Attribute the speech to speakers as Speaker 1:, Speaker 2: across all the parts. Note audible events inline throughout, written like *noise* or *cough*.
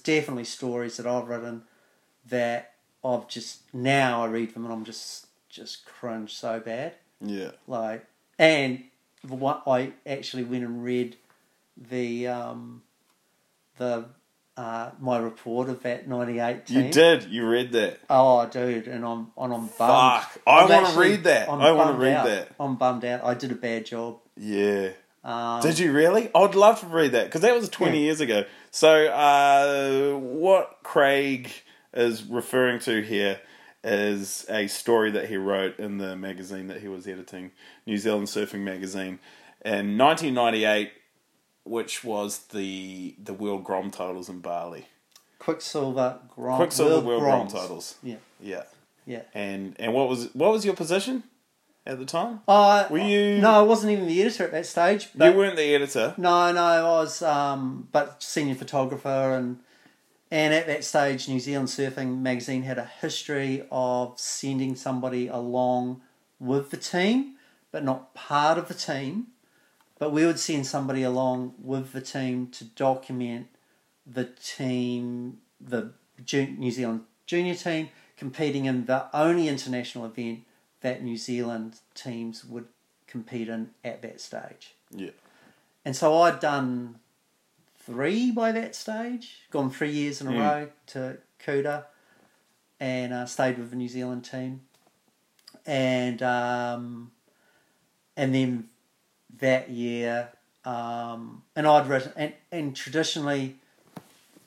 Speaker 1: definitely stories that I've written that I've just now I read them and I'm just just cringe so bad.
Speaker 2: Yeah.
Speaker 1: Like, and the one I actually went and read the um, the uh, my report of that '98 team.
Speaker 2: You did. You read that.
Speaker 1: Oh, dude, and I'm and I'm bummed.
Speaker 2: Fuck. I
Speaker 1: I'm
Speaker 2: wanna
Speaker 1: actually-
Speaker 2: read that.
Speaker 1: I'm
Speaker 2: I wanna
Speaker 1: bummed
Speaker 2: read
Speaker 1: out.
Speaker 2: that.
Speaker 1: I'm bummed out. I did a bad job.
Speaker 2: Yeah.
Speaker 1: Um,
Speaker 2: Did you really? I'd love to read that because that was 20
Speaker 1: Yeah.
Speaker 2: years ago. So, uh, what Craig is referring to here is a story that he wrote in the magazine that he was editing, New Zealand Surfing Magazine, in 1998, which was the the World Grom titles in Bali.
Speaker 1: Quicksilver, Grom,
Speaker 2: Quicksilver World, Grom
Speaker 1: Oh, Groms.
Speaker 2: titles.
Speaker 1: Yeah,
Speaker 2: Yeah.
Speaker 1: yeah.
Speaker 2: And and what was what was your position at the time?
Speaker 1: Uh,
Speaker 2: Were you-
Speaker 1: No, I wasn't even the editor at that stage. But
Speaker 2: you weren't the editor.
Speaker 1: No, no, I was, um, but senior photographer and and at that stage, New Zealand Surfing Magazine had a history of sending somebody along with the team, but not part of the team. But we would send somebody along with the team to document the team, the ju- New Zealand junior team competing in the only international event that New Zealand teams would compete in at that stage.
Speaker 2: Yeah.
Speaker 1: And so I'd done three by that stage, gone three years
Speaker 2: Hmm.
Speaker 1: in a row to Kuta and uh, stayed with the New Zealand team. And um, and then that year, um, and I'd written, and, and traditionally,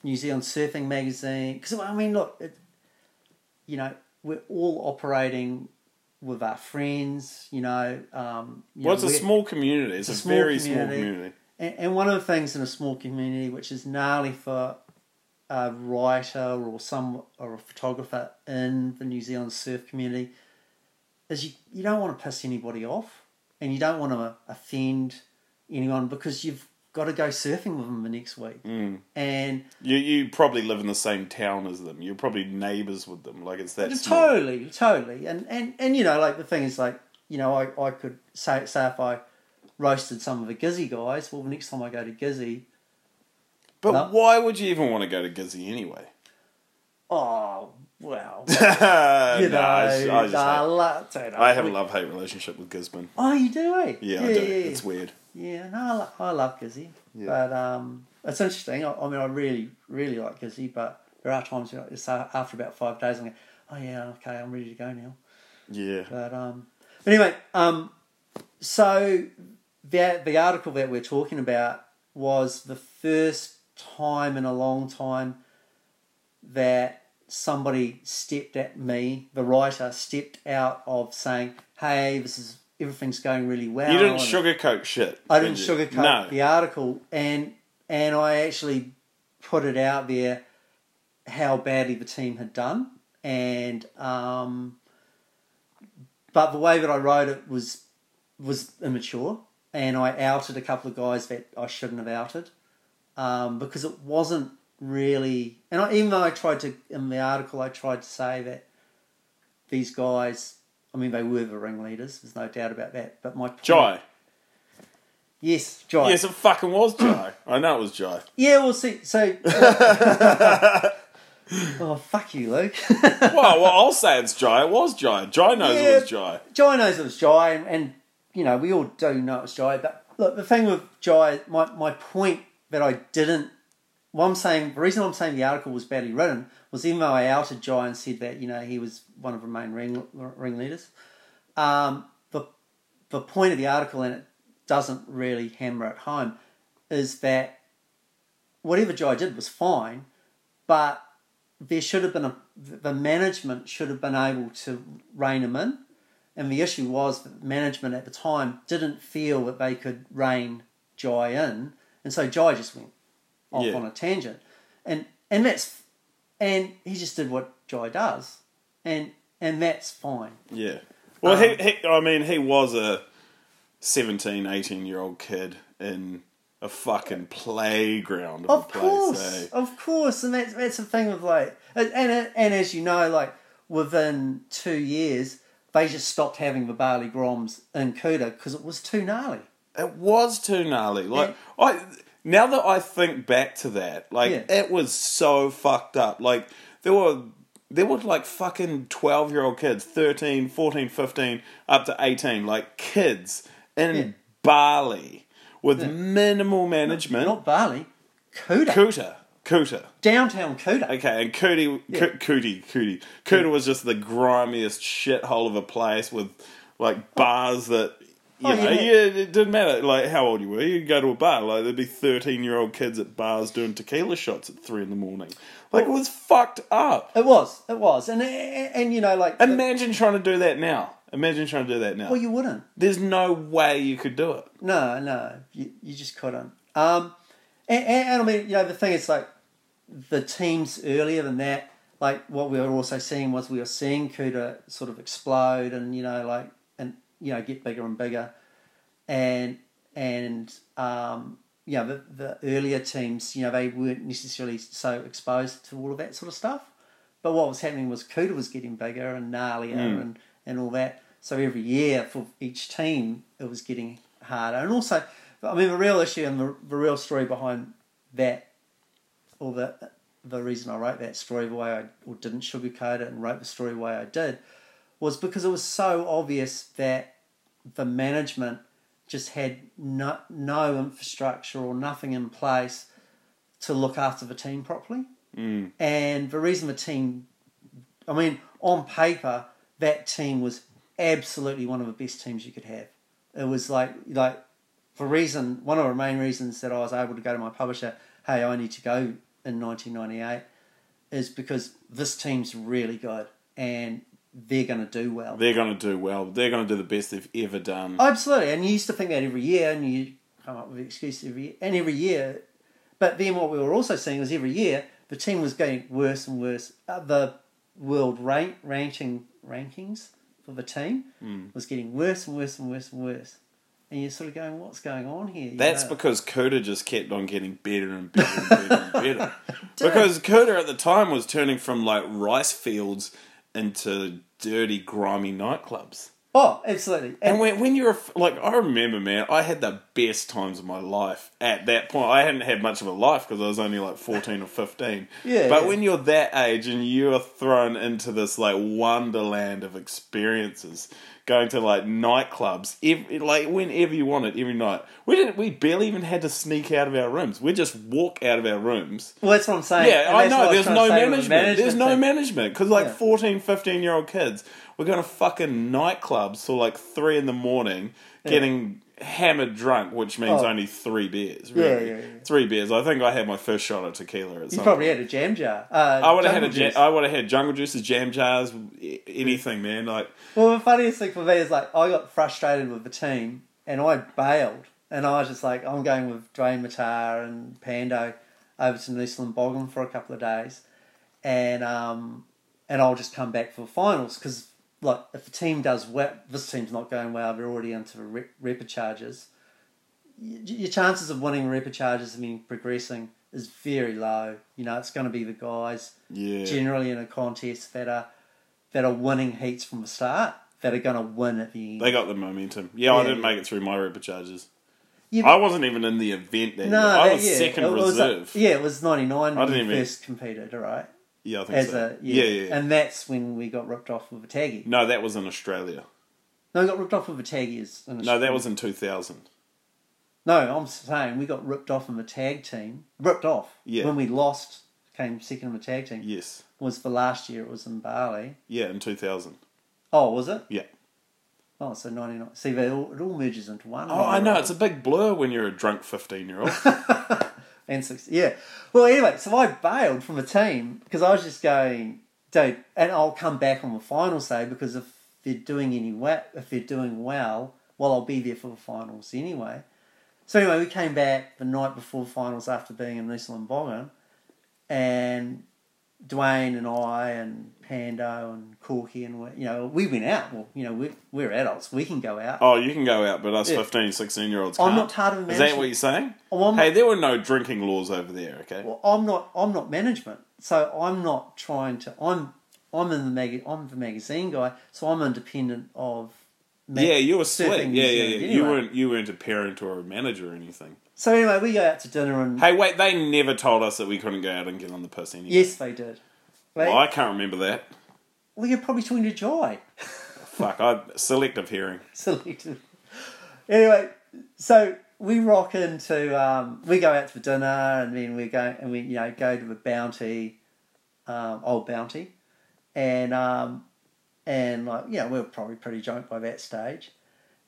Speaker 1: New Zealand Surfing Magazine, because I mean, look, it, you know, we're all operating with our friends, you know. Um, you know,
Speaker 2: Well, it's a
Speaker 1: we're-
Speaker 2: small community. It's,
Speaker 1: a
Speaker 2: a,
Speaker 1: small
Speaker 2: very small
Speaker 1: community.
Speaker 2: community.
Speaker 1: and, and one of the things in a small community which is gnarly for a writer or some or a photographer in the New Zealand surf community is you, you don't want to piss anybody off and you don't want to offend anyone because you've got to go surfing with them the next week. And
Speaker 2: Mm. You you probably live in the same town as them. You're probably neighbours with them. Like it's that. small.
Speaker 1: totally, totally. And, and and you know, like the thing is like, you know, I, I could say say if I roasted some of the Gizzy guys, well the next time I go to Gizzy,
Speaker 2: But
Speaker 1: No.
Speaker 2: why would you even want to go to Gizzy anyway? *laughs*
Speaker 1: oh well
Speaker 2: you know, Uh, I,
Speaker 1: you know,
Speaker 2: just- I, just
Speaker 1: I,
Speaker 2: hate-
Speaker 1: lo- dude,
Speaker 2: I have a love hate relationship with Gisborne.
Speaker 1: Oh, you do? eh?
Speaker 2: Yeah,
Speaker 1: yeah,
Speaker 2: I do.
Speaker 1: Yeah,
Speaker 2: It's weird.
Speaker 1: yeah. No, I, lo- I love Gizzy, but um, it's interesting. I, I mean, I really, really like Gizzy, but there are times where it's a- after about five days, I'm like, oh yeah, okay, I'm ready to go now.
Speaker 2: Yeah.
Speaker 1: But um, but anyway, um, so the the article that we're talking about was the first time in a long time that somebody stepped at me, the writer stepped out of saying, "Hey, this is everything's going really well."
Speaker 2: you didn't
Speaker 1: and-
Speaker 2: sugarcoat shit.
Speaker 1: I didn't
Speaker 2: did you?
Speaker 1: sugarcoat
Speaker 2: No.
Speaker 1: the article, and and I actually put it out there how badly the team had done, and um, but the way that I wrote it was was immature, and I outed a couple of guys that I shouldn't have outed um, because it wasn't really. And I, even though I tried to in the article, I tried to say that these guys. I mean, they were the ringleaders. There's no doubt about that. But my point,
Speaker 2: Jai.
Speaker 1: Yes, Jai.
Speaker 2: Yes, it fucking was Jai. I know it was Jai.
Speaker 1: Yeah, we'll see. So. oh, fuck you, Luke. *laughs*
Speaker 2: well, well, I'll say it's Jai. It was Jai. Jai knows
Speaker 1: Yeah.
Speaker 2: it was Jai.
Speaker 1: Jai knows it was Jai, and, and, you know, we all do know it was Jai. But look, the thing with Jai, my, my point that I didn't. What I'm saying, the reason I'm saying the article was badly written was even though I outed Jai and said that, you know, he was one of the main ring, ringleaders, um, the, the point of the article, and it doesn't really hammer it home, is that whatever Jai did was fine, but there should have been a the management should have been able to rein him in, and the issue was that management at the time didn't feel that they could rein Jai in, and so Jai just went off
Speaker 2: Yeah.
Speaker 1: on a tangent, and and that's and he just did what Jai does, and and that's fine.
Speaker 2: Yeah. Well,
Speaker 1: Um,
Speaker 2: he, he, I mean, he was a 17, 18 year old kid in a fucking playground of,
Speaker 1: Of
Speaker 2: a place.
Speaker 1: course,
Speaker 2: eh?
Speaker 1: of course, and that's that's the thing with like, and and, and as you know, like within two years, they just stopped having the barley
Speaker 2: eh?
Speaker 1: groms in Kuta because it was too gnarly.
Speaker 2: It was too gnarly. Like I, now that I think back to that, like
Speaker 1: Yeah.
Speaker 2: it was so fucked up. Like there were there were like fucking 12 year old kids, 13, 14, 15 up to 18, like kids in
Speaker 1: Yeah.
Speaker 2: Bali with minimal management.
Speaker 1: Not Bali, Kuta.
Speaker 2: Kuta. Kuta.
Speaker 1: Downtown Kuta.
Speaker 2: Okay, and Cootie,
Speaker 1: Yeah.
Speaker 2: Coo- Cootie, Cootie, Cootie was just the grimiest shithole of a place with like bars that you
Speaker 1: Oh,
Speaker 2: know,
Speaker 1: yeah.
Speaker 2: yeah. it didn't matter like how old you were. You'd go to a bar, like there'd be thirteen-year-old kids at bars doing tequila shots at three in the morning. Like it was fucked up.
Speaker 1: It was, it was. And, and, and, you know, like.
Speaker 2: Imagine trying to do that now. Imagine trying to do that now.
Speaker 1: well, you wouldn't.
Speaker 2: There's no way you could do it.
Speaker 1: No, no, you, you just couldn't. Um, and, and, and I mean, you know, the thing is, like, the teams earlier than that, like, what we were also seeing was we were seeing Kuta sort of explode and, you know, like, and, you know, get bigger and bigger. And, and, um, you know, the, the earlier teams, you know, they weren't necessarily so exposed to all of that sort of stuff. But what was happening was Kuta was getting bigger and gnarlier and, and all that. So every year for each team, it was getting harder. And also, I mean, the real issue and the, the real story behind that, or the the reason I wrote that story the way I or didn't sugarcoat it and wrote the story the way I did, was because it was so obvious that the management just had no, no infrastructure or nothing in place to look after the team properly. And the reason the team, I mean, on paper, that team was absolutely one of the best teams you could have. It was like, like the reason, one of the main reasons that I was able to go to my publisher, hey, I need to go in 1998, is because this team's really good and they're going to do well.
Speaker 2: They're gonna do well. They're gonna do the best they've ever
Speaker 1: Oh,
Speaker 2: done.
Speaker 1: Absolutely, and you used to think that every year, and you come up with excuses every year, and every year. But then what we were also seeing was every year the team was getting worse and worse. Uh, the world rank ranking rankings for the team
Speaker 2: Hmm.
Speaker 1: was getting worse and worse and worse and worse. And you're sort of going, what's going on here? You
Speaker 2: That's
Speaker 1: know?
Speaker 2: because Coda just kept on getting better and better and better and better. because Coda at the time was turning from like rice fields into dirty, grimy nightclubs.
Speaker 1: oh, absolutely. And,
Speaker 2: And when, when you're a f- like, I remember, man, I had the best times of my life at that point. I hadn't had much of a life because I was only like 14 or 15.
Speaker 1: Yeah,
Speaker 2: But
Speaker 1: yeah.
Speaker 2: when you're that age and you're thrown into this like wonderland of experiences, going to like nightclubs, ev like whenever you want it, every night. We didn't, we barely even had to sneak out of our rooms. We just walk out of our rooms
Speaker 1: well, that's what I'm saying.
Speaker 2: yeah,
Speaker 1: and
Speaker 2: I
Speaker 1: that's what
Speaker 2: know.
Speaker 1: was
Speaker 2: There's
Speaker 1: trying to
Speaker 2: no
Speaker 1: say with the
Speaker 2: management. There's no
Speaker 1: thing.
Speaker 2: management because like
Speaker 1: Yeah.
Speaker 2: fourteen, fifteen 14, 15 year old kids were going to fucking nightclubs till like three in the morning, getting hammered drunk, which means
Speaker 1: Oh.
Speaker 2: only three beers.
Speaker 1: Yeah,
Speaker 2: Really,
Speaker 1: yeah, yeah.
Speaker 2: three beers. I think I had my first shot at tequila at
Speaker 1: You
Speaker 2: some.
Speaker 1: probably had a jam jar. Uh,
Speaker 2: I would have had a
Speaker 1: jungle
Speaker 2: jam,
Speaker 1: juice.
Speaker 2: I would have had jungle juices, jam jars, i- anything, man. Like
Speaker 1: Well, the funniest thing for me is like I got frustrated with the team and I bailed, and I was just like, I'm going with Dwayne Matar and Pando over to Noosaland Boggin for a couple of days, and um, and I'll just come back for finals because like if the team does well, this team's not going well. They're already into the rep- repa charges. Y- Your chances of winning repa charges and then progressing is very low. You know, it's going to be the guys
Speaker 2: yeah,
Speaker 1: generally in a contest that are that are winning heats from the start that are going to win at the end.
Speaker 2: they got the momentum. Yeah, I
Speaker 1: Yeah.
Speaker 2: didn't make it through my ripper charges.
Speaker 1: You-
Speaker 2: I wasn't even in the event that year. I
Speaker 1: that-
Speaker 2: was second
Speaker 1: it was like-
Speaker 2: reserve.
Speaker 1: yeah, it was ninety nine
Speaker 2: I
Speaker 1: when
Speaker 2: didn't
Speaker 1: we
Speaker 2: even-
Speaker 1: first competed, all right?
Speaker 2: yeah, I think
Speaker 1: As
Speaker 2: so.
Speaker 1: a yeah.
Speaker 2: yeah, yeah. yeah.
Speaker 1: and that's when we got ripped off with a taggy.
Speaker 2: no, that was in Australia.
Speaker 1: No, we got ripped off with a taggy. As in a-
Speaker 2: No, that was in 2000.
Speaker 1: no. I'm saying we got ripped off in the tag team, ripped off
Speaker 2: Yeah.
Speaker 1: when we lost, came second in the tag team.
Speaker 2: Yes.
Speaker 1: Was for last year? It was in Bali.
Speaker 2: Yeah, in 2000.
Speaker 1: Oh, was it?
Speaker 2: Yeah.
Speaker 1: Oh, so ninety nine. See, they all, it all merges into one.
Speaker 2: Oh, I know. It's a big blur when you're a drunk 15
Speaker 1: *laughs*
Speaker 2: year old.
Speaker 1: and six. Yeah. Well, anyway, so I bailed from the team because I was just going, dude, and I'll come back on the finals day because if they're doing any well, if they're doing well, well, I'll be there for the finals anyway. So anyway, we came back the night before finals after being in Noosaland Boggin, and Dwayne and I and Pando and Corky and we- you know we went out. Well, you know we we're adults, we can go out.
Speaker 2: oh, you can go out, but us
Speaker 1: Yeah.
Speaker 2: 15, 16 year olds Oh, can't.
Speaker 1: I'm not tired of
Speaker 2: Is
Speaker 1: management.
Speaker 2: that what you're saying?
Speaker 1: Oh, I'm not-
Speaker 2: hey, there were no drinking laws over there, okay?
Speaker 1: Well, I'm not. I'm not management, so I'm not trying to. I'm. I'm in the mag. I'm the magazine guy, so I'm independent of. ma-
Speaker 2: yeah, you were slick.
Speaker 1: surfing New
Speaker 2: Yeah, yeah, yeah.
Speaker 1: Zealand
Speaker 2: You
Speaker 1: anyway.
Speaker 2: weren't you weren't a parent or a manager or anything.
Speaker 1: So anyway, we go out to dinner and
Speaker 2: Hey, wait, they never told us that we couldn't go out and get on the piss anyway.
Speaker 1: yes, they did. They,
Speaker 2: Well, I can't remember that.
Speaker 1: Well, you're probably talking to *laughs* Joy.
Speaker 2: Fuck, I selective hearing.
Speaker 1: Selected. Anyway, so we rock into um, we go out for dinner and then we go and we you know go to the bounty, um, old bounty, and um, and like yeah we are probably pretty drunk by that stage.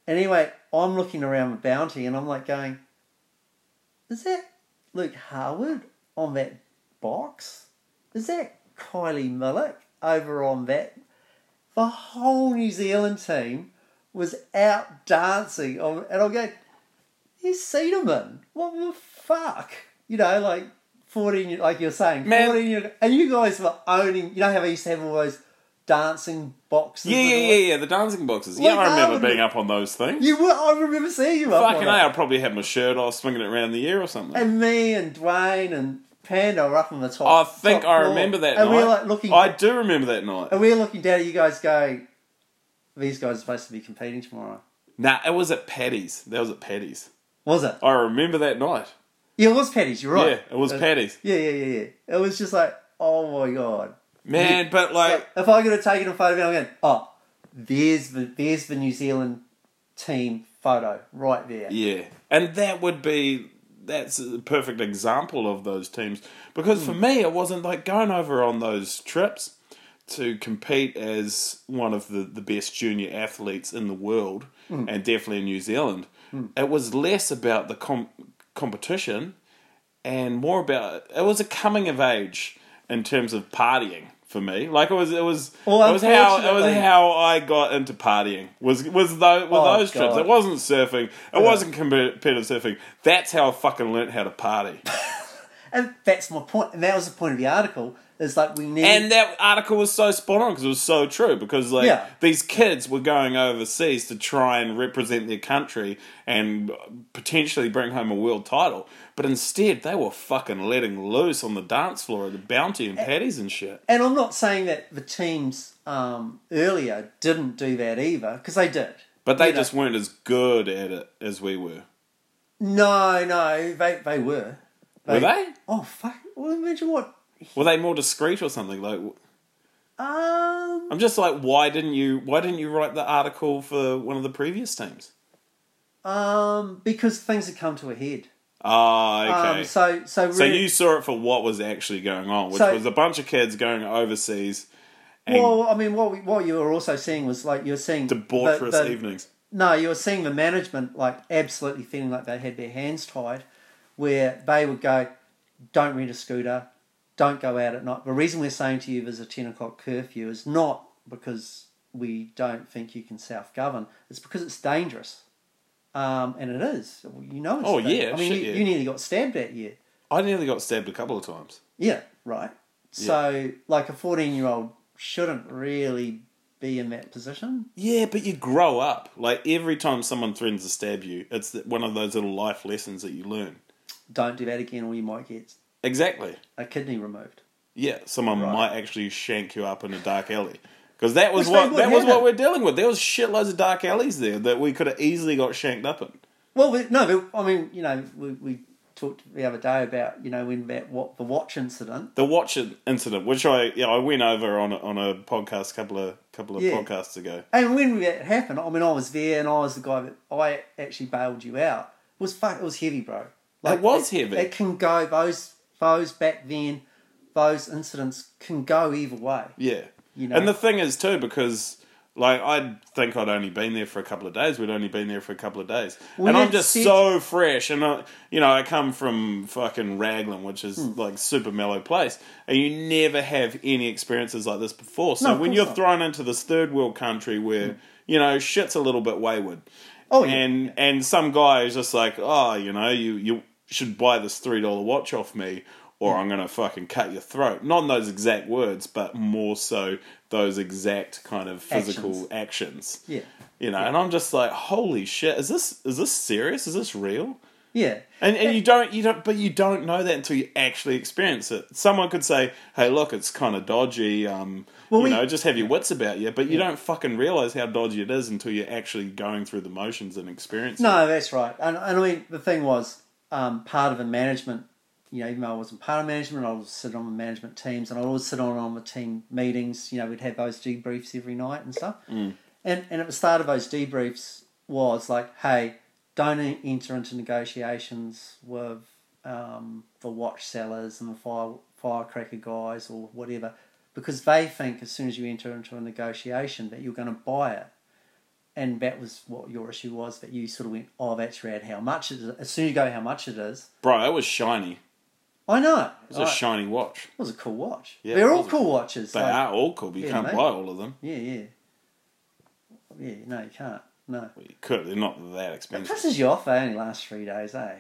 Speaker 1: Anyway, I'm looking around the bounty and I'm like going, is that Luke Harwood on that box? Is that Kylie Millick over on that? The whole New Zealand team was out dancing on, and I'm going, you Cedarman, what the fuck? You know, like 14, like you're saying,
Speaker 2: Man.
Speaker 1: 14 year, and you guys were owning, you know how we used to have all those dancing boxes?
Speaker 2: Yeah,
Speaker 1: and
Speaker 2: yeah,
Speaker 1: all
Speaker 2: yeah, yeah. The dancing boxes. Yeah,
Speaker 1: Like,
Speaker 2: I
Speaker 1: I
Speaker 2: remember
Speaker 1: would-
Speaker 2: being up on those things.
Speaker 1: You were, I remember seeing you up
Speaker 2: Fucking
Speaker 1: on
Speaker 2: A,
Speaker 1: it.
Speaker 2: I probably had my shirt off, swinging it around the air or something.
Speaker 1: And me and Dwayne and Panda were up on the top.
Speaker 2: I think
Speaker 1: top
Speaker 2: I
Speaker 1: floor.
Speaker 2: remember that
Speaker 1: And
Speaker 2: night.
Speaker 1: we were like looking,
Speaker 2: I do remember that night.
Speaker 1: and we were looking down at you guys going, these guys are supposed to be competing tomorrow.
Speaker 2: Nah, it was at Paddy's. That was at Paddy's.
Speaker 1: Was it?
Speaker 2: I remember that night.
Speaker 1: Yeah, it was Paddy's, you're right. Uh,
Speaker 2: Yeah, it was Paddy's.
Speaker 1: Yeah, yeah, yeah, yeah. It was just like, oh my god.
Speaker 2: Man, but like,
Speaker 1: Like, if I could have taken a photo of it, I'm going, oh, there's the, there's the New Zealand team photo right there.
Speaker 2: yeah. And that would be, that's a perfect example of those teams. Because for me, it wasn't like going over on those trips to compete as one of the, the best junior athletes in the world and definitely in New Zealand. It was less about the com- competition and more about it was a coming of age in terms of partying for me. Like it was, it was,
Speaker 1: Well,
Speaker 2: it was how it was
Speaker 1: unfortunately-
Speaker 2: how I got into partying was was those were
Speaker 1: Oh,
Speaker 2: those trips.
Speaker 1: God.
Speaker 2: It wasn't surfing. It wasn't competitive surfing. That's how I fucking learnt how to party.
Speaker 1: *laughs* And that's my point. And that was the point of the article. Is like we need
Speaker 2: And that article was so spot on because it was so true. Because like
Speaker 1: Yeah.
Speaker 2: these kids were going overseas to try and represent their country and potentially bring home a world title, but instead they were fucking letting loose on the dance floor at the Bounty
Speaker 1: Eh.
Speaker 2: and Paddy's and shit.
Speaker 1: And I'm not saying that the teams um, earlier didn't do that either, because they did.
Speaker 2: But they
Speaker 1: You know.
Speaker 2: just weren't as good at it as we were.
Speaker 1: No, no, they they were.
Speaker 2: Were they?
Speaker 1: Oh fuck! Well, imagine what.
Speaker 2: Were they more discreet or something? Like
Speaker 1: Um,
Speaker 2: I'm just like, why didn't you? Why didn't you write the article for one of the previous teams?
Speaker 1: um, because things had come to a head.
Speaker 2: Ah, okay.
Speaker 1: Um, so so really,
Speaker 2: So you saw it for what was actually going on, which
Speaker 1: So-
Speaker 2: was a bunch of kids going overseas and
Speaker 1: well, I mean, what we, what you were also seeing was like you were seeing
Speaker 2: debaucherous
Speaker 1: the- the-
Speaker 2: evenings.
Speaker 1: No, you were seeing the management like absolutely feeling like they had their hands tied, where they would go, "Don't rent a scooter, don't go out at night." The reason we're saying to you there's a ten o'clock curfew is not because we don't think you can self govern; it's because it's dangerous, um, and it is. You know, it's
Speaker 2: Oh,
Speaker 1: dangerous.
Speaker 2: yeah,
Speaker 1: I mean,
Speaker 2: shit,
Speaker 1: you,
Speaker 2: yeah.
Speaker 1: you nearly got stabbed that year.
Speaker 2: I nearly got stabbed a couple of times.
Speaker 1: Yeah, right. So, like a fourteen-year-old shouldn't really be in that position.
Speaker 2: Yeah, but you grow up. Like every time someone threatens to stab you, it's th- one of those little life lessons that you learn.
Speaker 1: Don't do that again, or you might get
Speaker 2: Exactly.
Speaker 1: a kidney removed.
Speaker 2: Yeah, someone
Speaker 1: Right.
Speaker 2: might actually shank you up in a dark alley. Because that was
Speaker 1: Which they
Speaker 2: what
Speaker 1: would
Speaker 2: that was
Speaker 1: have.
Speaker 2: what we're dealing with. There was shitloads of dark alleys there that we could have easily got shanked up in.
Speaker 1: Well, we, no, but I mean, you know, we, we talked the other day about you know when that what the watch incident.
Speaker 2: the watch incident, which I yeah I went over on a, on a podcast a couple of couple of
Speaker 1: Yeah.
Speaker 2: podcasts ago.
Speaker 1: And when that happened, I mean, I was there, and I was the guy that I actually bailed you out. It was fuck. It was heavy, bro.
Speaker 2: It was heavy.
Speaker 1: It can go those those back then. Those incidents can go either way.
Speaker 2: Yeah,
Speaker 1: You know.
Speaker 2: and the thing is too because like I think I'd only been there for a couple of days. We'd only been there for a couple of days,
Speaker 1: We
Speaker 2: and I'm
Speaker 1: had
Speaker 2: just
Speaker 1: six-
Speaker 2: so fresh. And I, you know, I come from fucking Raglan, which is
Speaker 1: Hmm.
Speaker 2: like super mellow place, and you never have any experiences like this before. So
Speaker 1: No, of
Speaker 2: when
Speaker 1: course
Speaker 2: you're
Speaker 1: not.
Speaker 2: thrown into this third world country where you know shit's a little bit wayward,
Speaker 1: Hmm. Oh, yeah.
Speaker 2: and and some guy is just like, oh, you know, you you should buy this three dollar watch off me, or
Speaker 1: Hmm.
Speaker 2: I'm gonna fucking cut your throat. Not in those exact words, but more so those exact kind of physical actions.
Speaker 1: Yeah,
Speaker 2: You know, and I'm just like, holy shit, is this is this serious? Is this real?
Speaker 1: yeah.
Speaker 2: And and you don't you don't but you don't know that until you actually experience it. Someone could say, "Hey, look, it's kind of dodgy. Um,
Speaker 1: Well,
Speaker 2: you
Speaker 1: we-
Speaker 2: know, just have your wits about you." But you don't fucking realize how dodgy it is until you're actually going through the motions and experiencing. it.
Speaker 1: No, that's right. And, and I mean, the thing was, um, part of a management. You know, even though I wasn't part of management, I would sit on the management teams, and I would sit on on the team meetings. You know, we'd have those debriefs every night and stuff. And and at the start of those debriefs was like, hey, don't en- enter into negotiations with um, the watch sellers and the fire firecracker guys or whatever, because they think as soon as you enter into a negotiation that you're going to buy it and that was what your issue was that you sort of went, oh, that's rad. How much it is? As soon as you go, how much it is?
Speaker 2: Bro, that was shiny.
Speaker 1: I know.
Speaker 2: It was a shiny watch.
Speaker 1: it was a cool watch.
Speaker 2: Yeah,
Speaker 1: They're
Speaker 2: it
Speaker 1: all
Speaker 2: was a-
Speaker 1: cool watches.
Speaker 2: They
Speaker 1: like-
Speaker 2: are all cool, but you
Speaker 1: yeah,
Speaker 2: can't
Speaker 1: mate.
Speaker 2: buy all of them.
Speaker 1: Yeah, yeah, yeah. No, you can't. No.
Speaker 2: Well, you could. They're not that
Speaker 1: It
Speaker 2: expensive.
Speaker 1: pisses you off. They only last three days, eh?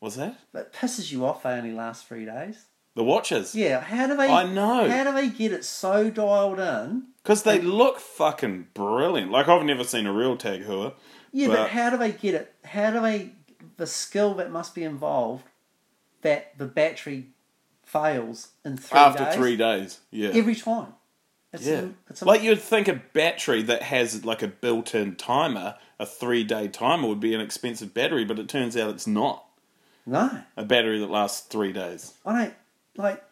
Speaker 2: Was that
Speaker 1: It pisses you off. They only last three days.
Speaker 2: the watches?
Speaker 1: Yeah. How do they?
Speaker 2: I know.
Speaker 1: How do they get it so dialed in?
Speaker 2: Because they look fucking brilliant. Like I've never seen a real Tag Heuer.
Speaker 1: Yeah, but,
Speaker 2: But-
Speaker 1: how do they get it? How do they? The skill that must be involved that the battery fails in three
Speaker 2: After
Speaker 1: days?
Speaker 2: three days, yeah,
Speaker 1: every time. It's
Speaker 2: yeah.
Speaker 1: a- it's a-
Speaker 2: like you'd think a battery that has like a built-in timer, a three-day timer, would be an expensive battery, but it turns out it's not.
Speaker 1: no,
Speaker 2: A battery that lasts three days,
Speaker 1: I don't like.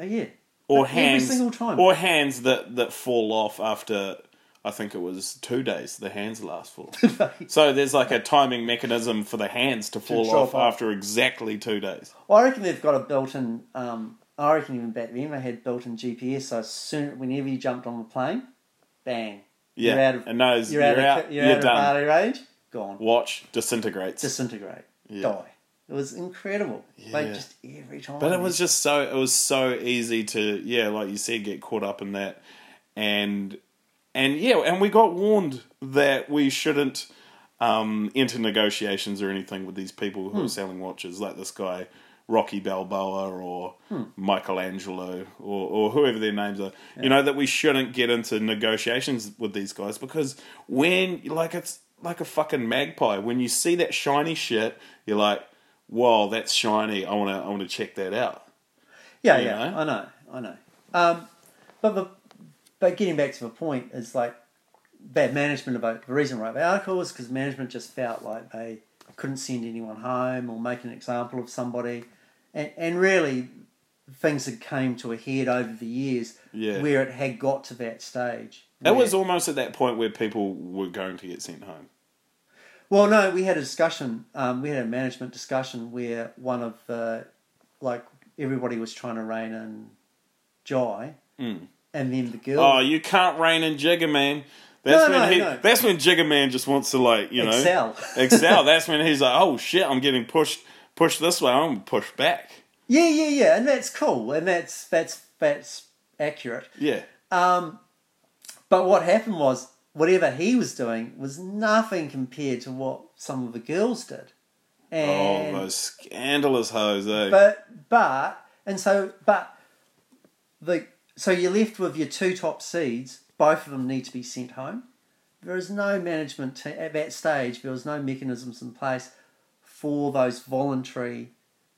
Speaker 1: Uh, yeah, *laughs*
Speaker 2: or
Speaker 1: Like, every
Speaker 2: hands,
Speaker 1: single time.
Speaker 2: or hands that that fall off after. I think it was two days. The hands last for. so there's like a timing mechanism for the hands to fall
Speaker 1: drop
Speaker 2: off
Speaker 1: off.
Speaker 2: after exactly two days.
Speaker 1: Well, I reckon they've got a built-in. Um, I reckon even back then they had built-in GPS. So as soon whenever you jumped on the plane, bang,
Speaker 2: Yeah,
Speaker 1: you're out of
Speaker 2: and those
Speaker 1: you're,
Speaker 2: you're,
Speaker 1: out,
Speaker 2: out,
Speaker 1: of
Speaker 2: you're,
Speaker 1: you're, out of
Speaker 2: done.
Speaker 1: Bali range. Gone,
Speaker 2: watch disintegrates.
Speaker 1: disintegrate, die. It was incredible.
Speaker 2: Yeah.
Speaker 1: Like just every time.
Speaker 2: but it was just so it was so easy to yeah, like you said, get caught up in that, and and yeah, and we got warned that we shouldn't um, enter negotiations or anything with these people who are selling watches, like this guy Rocky Balboa or Michelangelo or, or whoever their names are. You know that we shouldn't get into negotiations with these guys because when like it's like a fucking magpie when you see that shiny shit, you're like, "Whoa, that's shiny! I wanna I wanna check that out."
Speaker 1: Yeah,
Speaker 2: You
Speaker 1: yeah,
Speaker 2: know?
Speaker 1: I know, I know. Um, but the, but getting back to the point is like bad management about the reason I wrote the article is because management just felt like they couldn't send anyone home or make an example of somebody, and and really things had came to a head over the years
Speaker 2: Yeah.
Speaker 1: where it had got to that stage.
Speaker 2: That
Speaker 1: where-
Speaker 2: was almost at that point where people were going to get sent home.
Speaker 1: Well, no, we had a discussion. Um, we had a management discussion where one of the, like, everybody was trying to rein in Jai, and then the girl.
Speaker 2: Hmm. Oh, you can't rein in Jigger Man. That's
Speaker 1: No,
Speaker 2: when
Speaker 1: no,
Speaker 2: he,
Speaker 1: no.
Speaker 2: that's when Jigger Man just wants to like you know
Speaker 1: Excel. *laughs*
Speaker 2: excel. That's when he's like, oh shit, I'm getting pushed pushed this way. I'm gonna push back.
Speaker 1: yeah, yeah, yeah, and that's cool, and that's that's that's accurate. Um,
Speaker 2: Yeah,
Speaker 1: But what happened was, whatever he was doing was nothing compared to what some of the girls did. And
Speaker 2: oh those scandalous hoes, eh?
Speaker 1: but but and so but the so you're left with your two top seeds. Both of them need to be sent home. There is no management te- at that stage. There was no mechanisms in place for those voluntary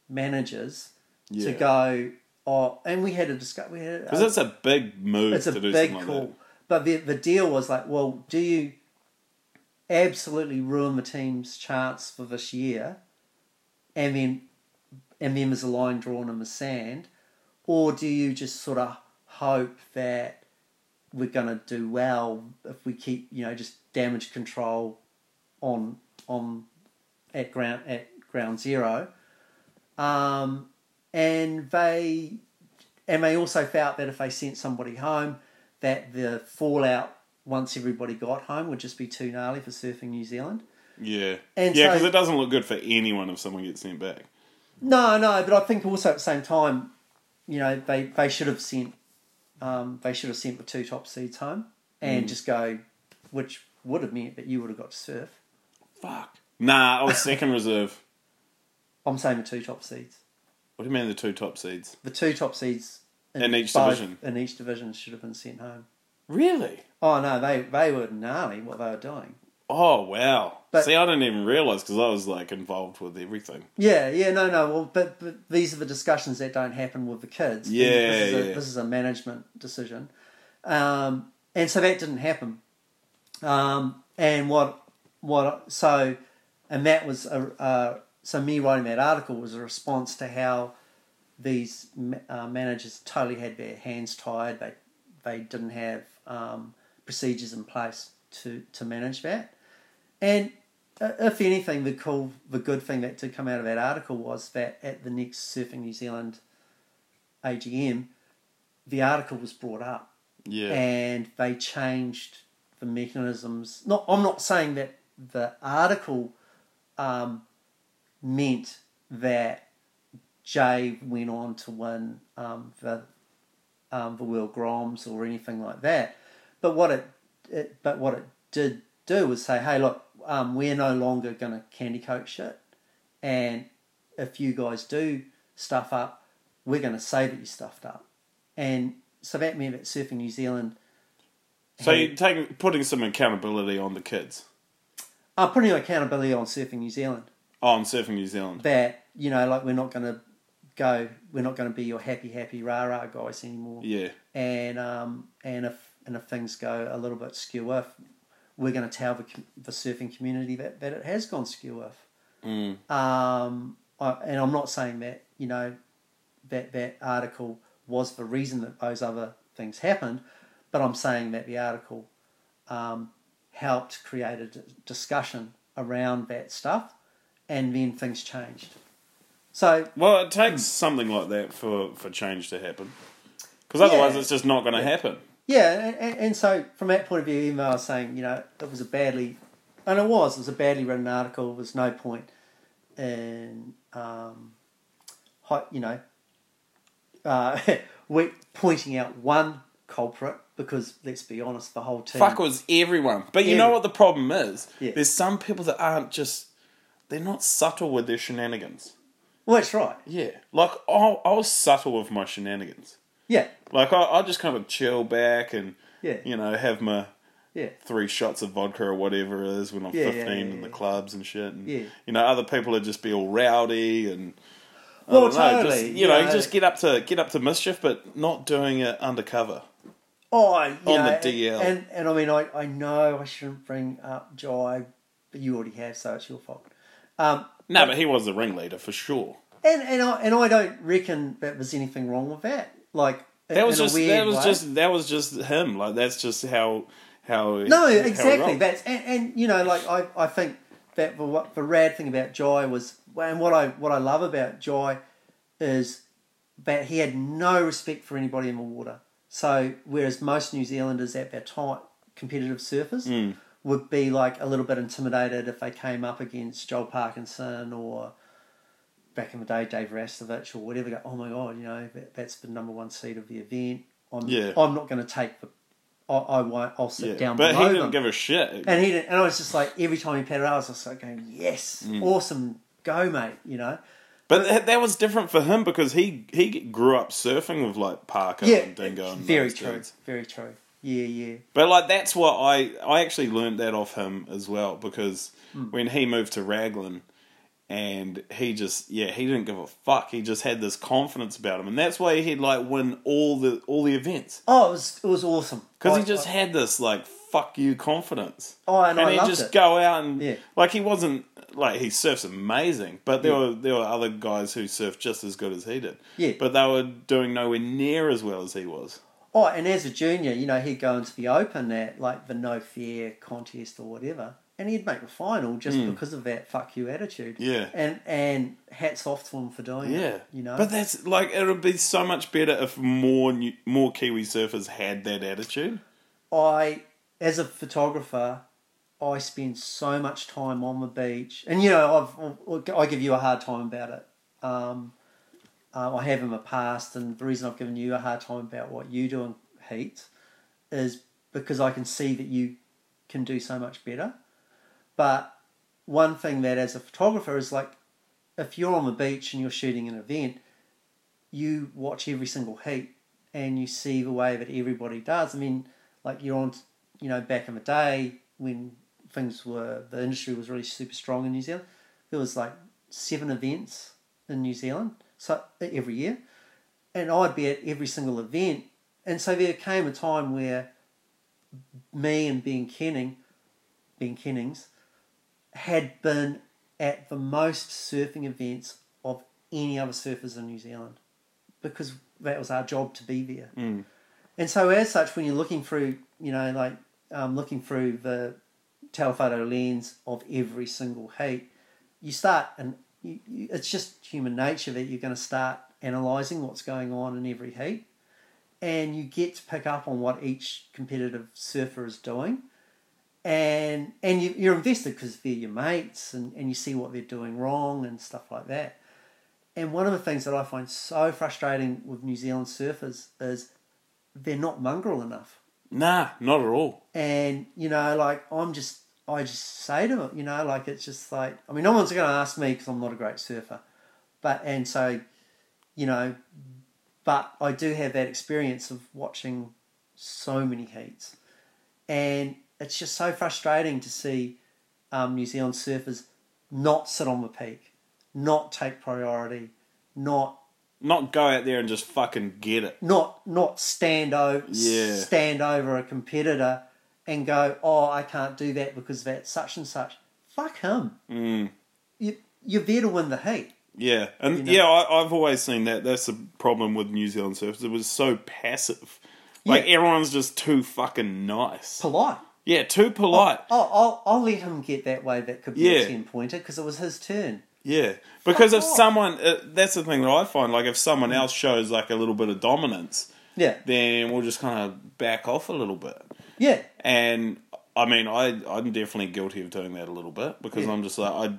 Speaker 1: managers
Speaker 2: Yeah.
Speaker 1: to go. Oh, and we had a discuss. We had
Speaker 2: because it's a big move
Speaker 1: it's a
Speaker 2: to do
Speaker 1: big
Speaker 2: something
Speaker 1: call.
Speaker 2: like that.
Speaker 1: But the the deal was like, well, do you absolutely ruin the team's chance for this year, and then and then there's a line drawn in the sand, or do you just sort of hope that we're gonna do well if we keep you know just damage control on on at ground at ground zero, um, and they and they also felt that if they sent somebody home, that the fallout once everybody got home would just be too gnarly for surfing New Zealand.
Speaker 2: Yeah,
Speaker 1: And
Speaker 2: yeah,
Speaker 1: so-
Speaker 2: because it doesn't look good for anyone if someone gets sent back.
Speaker 1: No, no, but I think also at the same time, you know, they, they should have sent um, they should have sent the two top seeds home
Speaker 2: Mm.
Speaker 1: and just go, which would have meant that you would have got to surf.
Speaker 2: Fuck. Nah, I was second reserve.
Speaker 1: I'm saying the two top seeds.
Speaker 2: What do you mean the two top seeds?
Speaker 1: The two top seeds
Speaker 2: In each division.
Speaker 1: in each division should have been sent home.
Speaker 2: Really?
Speaker 1: Oh no, they they were gnarly what they were doing.
Speaker 2: Oh wow!
Speaker 1: But-
Speaker 2: See, I didn't even realize because I was like involved with everything.
Speaker 1: Yeah, yeah, no, no. Well, but, but these are the discussions that don't happen with the kids.
Speaker 2: Yeah,
Speaker 1: this is a,
Speaker 2: yeah.
Speaker 1: This is a management decision, um, and so that didn't happen. Um, and what, what? So, and that was a, a so me writing that article was a response to how these ma- uh, managers totally had their hands tied. They they didn't have um, procedures in place to to manage that. And uh, if anything, the cool, the good thing that did come out of that article was that at the next Surfing New Zealand AGM, the article was brought up
Speaker 2: Yeah.
Speaker 1: and they changed the mechanisms. Not, I'm not saying that the article um, meant that Jay went on to win um, the um, the World Groms or anything like that. But what it, it but what it did do was say, hey, look, um, we're no longer going to candy coat shit, and if you guys do stuff up, we're going to say that you stuffed up, and so that meant that Surfing New Zealand
Speaker 2: So you're taking putting some accountability on the kids
Speaker 1: are Uh, putting accountability on Surfing New Zealand.
Speaker 2: on Oh, surfing New Zealand.
Speaker 1: That you know, like we're not going to go, we're not going to be your happy, happy rah rah guys anymore.
Speaker 2: Yeah.
Speaker 1: and um, and if and if things go a little bit skew if, we're going to tell the, com- the surfing community that, that it has gone skew if.
Speaker 2: Mm.
Speaker 1: Um, I, and I'm not saying that you know that that article was the reason that those other things happened, but I'm saying that the article um, helped create a d- discussion around that stuff, and then things changed. So
Speaker 2: Well, it takes something like that for for change to happen, because otherwise
Speaker 1: Yeah.
Speaker 2: it's just not going to happen.
Speaker 1: Yeah, and- and, and so from that point of view, even though I was saying, you know, it was a badly, and it was, it was a badly written article. There was no point in, um, hi- you know, uh, *laughs* we pointing out one culprit because let's be honest, the whole team.
Speaker 2: Fuck was everyone. But you
Speaker 1: Yeah.
Speaker 2: know what the problem is?
Speaker 1: Yeah.
Speaker 2: There's some people that aren't just they're not subtle with their shenanigans.
Speaker 1: Well, that's right.
Speaker 2: Yeah. Like I, I was subtle with my shenanigans.
Speaker 1: Yeah,
Speaker 2: Like I, I just kind of chill back and
Speaker 1: Yeah.
Speaker 2: you know have my
Speaker 1: yeah,
Speaker 2: three shots of vodka or whatever it is when I'm
Speaker 1: Yeah, yeah,
Speaker 2: 15
Speaker 1: yeah,
Speaker 2: in the
Speaker 1: yeah.
Speaker 2: clubs and shit. And,
Speaker 1: Yeah.
Speaker 2: You know, other people would just be all rowdy and. I
Speaker 1: Well,
Speaker 2: don't know, just,
Speaker 1: totally,
Speaker 2: you know,
Speaker 1: yeah.
Speaker 2: just get up to get up to mischief, but not doing it undercover.
Speaker 1: Oh, you
Speaker 2: On
Speaker 1: know,
Speaker 2: the DL.
Speaker 1: And, and, I mean, I, I know I shouldn't bring up Jai, but you already have, so it's your fault. Um,
Speaker 2: No, but he was the ringleader for sure.
Speaker 1: And and I and I don't reckon that there's anything wrong with that. Like
Speaker 2: That was
Speaker 1: in a
Speaker 2: just
Speaker 1: weird
Speaker 2: that was
Speaker 1: way.
Speaker 2: just that was just him. Like that's just how how
Speaker 1: no
Speaker 2: how it
Speaker 1: exactly.
Speaker 2: rolled.
Speaker 1: That's and, and you know like I, I think that the, what- the rad thing about Jai was and what I what I love about Jai is that he had no respect for anybody in the water. So whereas most New Zealanders at their time competitive surfers
Speaker 2: Hmm.
Speaker 1: would be like a little bit intimidated if they came up against Joel Parkinson or back in the day, Dave Rastovich or whatever, go, oh my God, you know, that, that's the number one seat of the event. I'm,
Speaker 2: Yeah.
Speaker 1: I'm not going to take the, I, I won't, I'll sit
Speaker 2: Yeah.
Speaker 1: down
Speaker 2: But he
Speaker 1: below
Speaker 2: didn't
Speaker 1: them.
Speaker 2: give a shit.
Speaker 1: and he didn't, and I was just like, every time he paddled, I was just like going, yes,
Speaker 2: Mm.
Speaker 1: awesome, go mate, you know.
Speaker 2: But that, that was different for him because he he grew up surfing with like Parker
Speaker 1: Yeah,
Speaker 2: and Dingo and
Speaker 1: very
Speaker 2: those
Speaker 1: true,
Speaker 2: dudes.
Speaker 1: very true. Yeah, yeah,
Speaker 2: But like that's what I I actually learned that off him as well because
Speaker 1: Hmm.
Speaker 2: when he moved to Raglan and he just yeah he didn't give a fuck he just had this confidence about him and that's why he'd like win all the all the events
Speaker 1: Oh, it was it was awesome
Speaker 2: because
Speaker 1: I-
Speaker 2: he just
Speaker 1: I-
Speaker 2: had this like fuck you confidence.
Speaker 1: oh, and, I
Speaker 2: he'd
Speaker 1: loved
Speaker 2: just
Speaker 1: it.
Speaker 2: go out and
Speaker 1: Yeah.
Speaker 2: like he wasn't like he surfs amazing, but there
Speaker 1: Yeah.
Speaker 2: were there were other guys who surfed just as good as he did.
Speaker 1: Yeah.
Speaker 2: but they were doing nowhere near as well as he was.
Speaker 1: Oh, and as a junior, you know, he'd go into the open at like the no fear contest or whatever, and he'd make the final just because of that fuck you attitude.
Speaker 2: Mm. Yeah.
Speaker 1: And and hats off to him for doing
Speaker 2: Yeah,
Speaker 1: it. You know.
Speaker 2: But that's like it would be so much better if more new, more Kiwi surfers had that attitude.
Speaker 1: I as a photographer, I spend so much time on the beach, and you know, I've I give you a hard time about it. Um, uh, I have in the past, and the reason I've given you a hard time about what you do in heat is because I can see that you can do so much better. But one thing that, as a photographer, is like if you're on the beach and you're shooting an event, you watch every single heat and you see the way that everybody does. I mean, like you're on, you know, back in the day when things were, the industry was really super strong in New Zealand, there was like seven events in New Zealand so every year. And I'd be at every single event. And so there came a time where me and Ben Kenning, Ben Kennings, had been at the most surfing events of any other surfers in New Zealand because that was our job to be there. And so, as such, when you're looking through, you know, like um, looking through the telephoto lens of every single heat, you start, and you, you, it's just human nature that you're going to start analysing what's going on in every heat. And you get to pick up on what each competitive surfer is doing and and you, you're invested because they're your mates and, and you see what they're doing wrong and stuff like that. And one of the things that I find so frustrating with New Zealand surfers is they're not mongrel enough.
Speaker 2: Nah, not at all.
Speaker 1: And you know, like I'm just I just say to them, you know, like it's just like I mean, no one's going to ask me because I'm not a great surfer, but and so, you know, but I do have that experience of watching so many heats and it's just so frustrating to see um, New Zealand surfers not sit on the peak, not take priority, not
Speaker 2: Not go out there and just fucking get it.
Speaker 1: not not stand over
Speaker 2: Yeah.
Speaker 1: stand over a competitor and go, oh, I can't do that because that's such and such. Fuck him.
Speaker 2: Mm.
Speaker 1: You, you're there to win the heat.
Speaker 2: Yeah, and
Speaker 1: know?
Speaker 2: yeah, I, I've always seen that. That's the problem with New Zealand surfers. It was so passive. Like
Speaker 1: Yeah.
Speaker 2: everyone's just too fucking nice.
Speaker 1: Polite.
Speaker 2: yeah, too polite.
Speaker 1: Oh, I'll, I'll let him get that way. That could be
Speaker 2: Yeah.
Speaker 1: a ten pointer because it was his turn.
Speaker 2: Yeah, because if
Speaker 1: off.
Speaker 2: someone, uh, that's the thing that I find. Like if someone else shows like a little bit of dominance,
Speaker 1: Yeah,
Speaker 2: then we'll just kind of back off a little bit.
Speaker 1: yeah,
Speaker 2: And I mean, I I'm definitely guilty of doing that a little bit because
Speaker 1: Yeah.
Speaker 2: I'm just like I.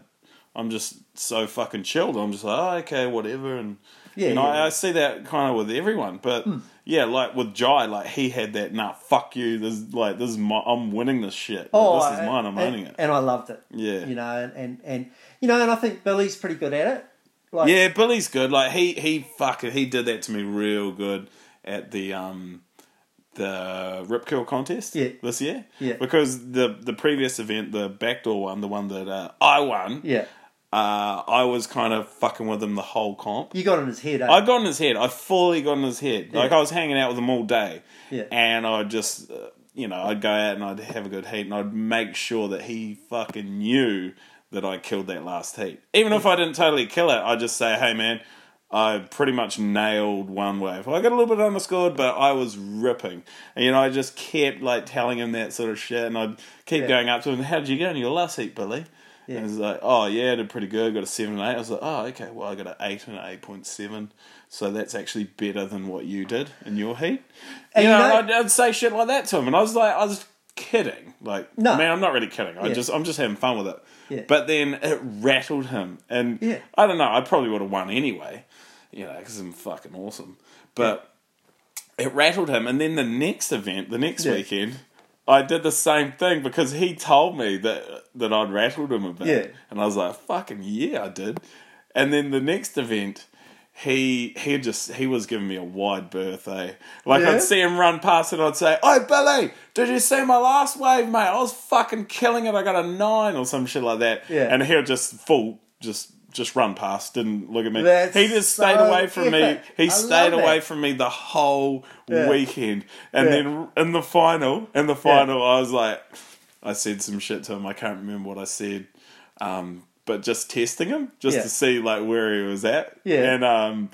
Speaker 2: I'm just so fucking chilled. I'm just like, oh, okay, whatever, and
Speaker 1: Yeah,
Speaker 2: you know,
Speaker 1: yeah. Hmm.
Speaker 2: I, I see that kind of with everyone, but yeah, like with Jai, like he had that. Nah, fuck you. This like this is my. I'm winning this shit. Like, this is
Speaker 1: I-
Speaker 2: mine. I'm
Speaker 1: Oh, and,
Speaker 2: owning it.
Speaker 1: and I loved it.
Speaker 2: Yeah.
Speaker 1: you know, and, and and you know, and I think Billy's pretty good at it. Like,
Speaker 2: Yeah, Billy's good. Like he he fucking he did that to me real good at the um the rip curl contest
Speaker 1: Yeah.
Speaker 2: this year.
Speaker 1: Yeah.
Speaker 2: Because the the previous event, the backdoor one, the one that uh, I won,
Speaker 1: yeah,
Speaker 2: uh, I was kind of fucking with him the whole comp.
Speaker 1: you got in his head. Eh?
Speaker 2: I got in his head. I fully got in his head. Like I was hanging out with him all day,
Speaker 1: Yeah.
Speaker 2: and I just, uh, you know, I'd go out and I'd have a good heat, and I'd make sure that he fucking knew that I killed that last heat. Even if I didn't totally kill it, I'd just say, "Hey, man." I pretty much nailed one wave. I got a little bit underscored, but I was ripping. And, you know, I just kept like telling him that sort of shit, and I'd keep
Speaker 1: Yeah.
Speaker 2: going up to him. How did you get on your last heat, Billy?
Speaker 1: Yeah.
Speaker 2: And he's like, oh, yeah, I did pretty good. Got a 7 and 8. I was like, oh, okay, well, I got an 8 and an 8.7. So that's actually better than what you did in your heat.
Speaker 1: And
Speaker 2: you
Speaker 1: you
Speaker 2: know,
Speaker 1: know-
Speaker 2: I'd, I'd say shit like that to him. And I was like, I was kidding. Like,
Speaker 1: No.
Speaker 2: I mean, I'm not really kidding. I
Speaker 1: Yeah.
Speaker 2: just, I'm just having fun with it.
Speaker 1: Yeah.
Speaker 2: But then it rattled him. And
Speaker 1: Yeah.
Speaker 2: I don't know, I probably would have won anyway, you know, because I'm fucking awesome. But it rattled him. And then the next event, the next
Speaker 1: Yeah.
Speaker 2: weekend, I did the same thing because he told me that that I'd rattled him a bit.
Speaker 1: Yeah.
Speaker 2: And I was like, fucking yeah, I did. And then the next event, he he just he was giving me a wide berth, eh? Like
Speaker 1: Yeah?
Speaker 2: I'd see him run past and I'd say, Oh Billy, did you see my last wave, mate? I was fucking killing it, I got a nine or some shit like that.
Speaker 1: Yeah.
Speaker 2: And he'll just full just just run past, didn't look at me.
Speaker 1: That's
Speaker 2: he just stayed
Speaker 1: so
Speaker 2: away from
Speaker 1: epic.
Speaker 2: me. He
Speaker 1: I
Speaker 2: stayed
Speaker 1: love
Speaker 2: away
Speaker 1: it.
Speaker 2: from me the whole
Speaker 1: Yeah.
Speaker 2: weekend. And
Speaker 1: Yeah.
Speaker 2: then in the final, in the final, I was like, I said some shit to him. I can't remember what I said, um, but just testing him, just
Speaker 1: Yeah.
Speaker 2: to see like where he was at.
Speaker 1: Yeah.
Speaker 2: And um,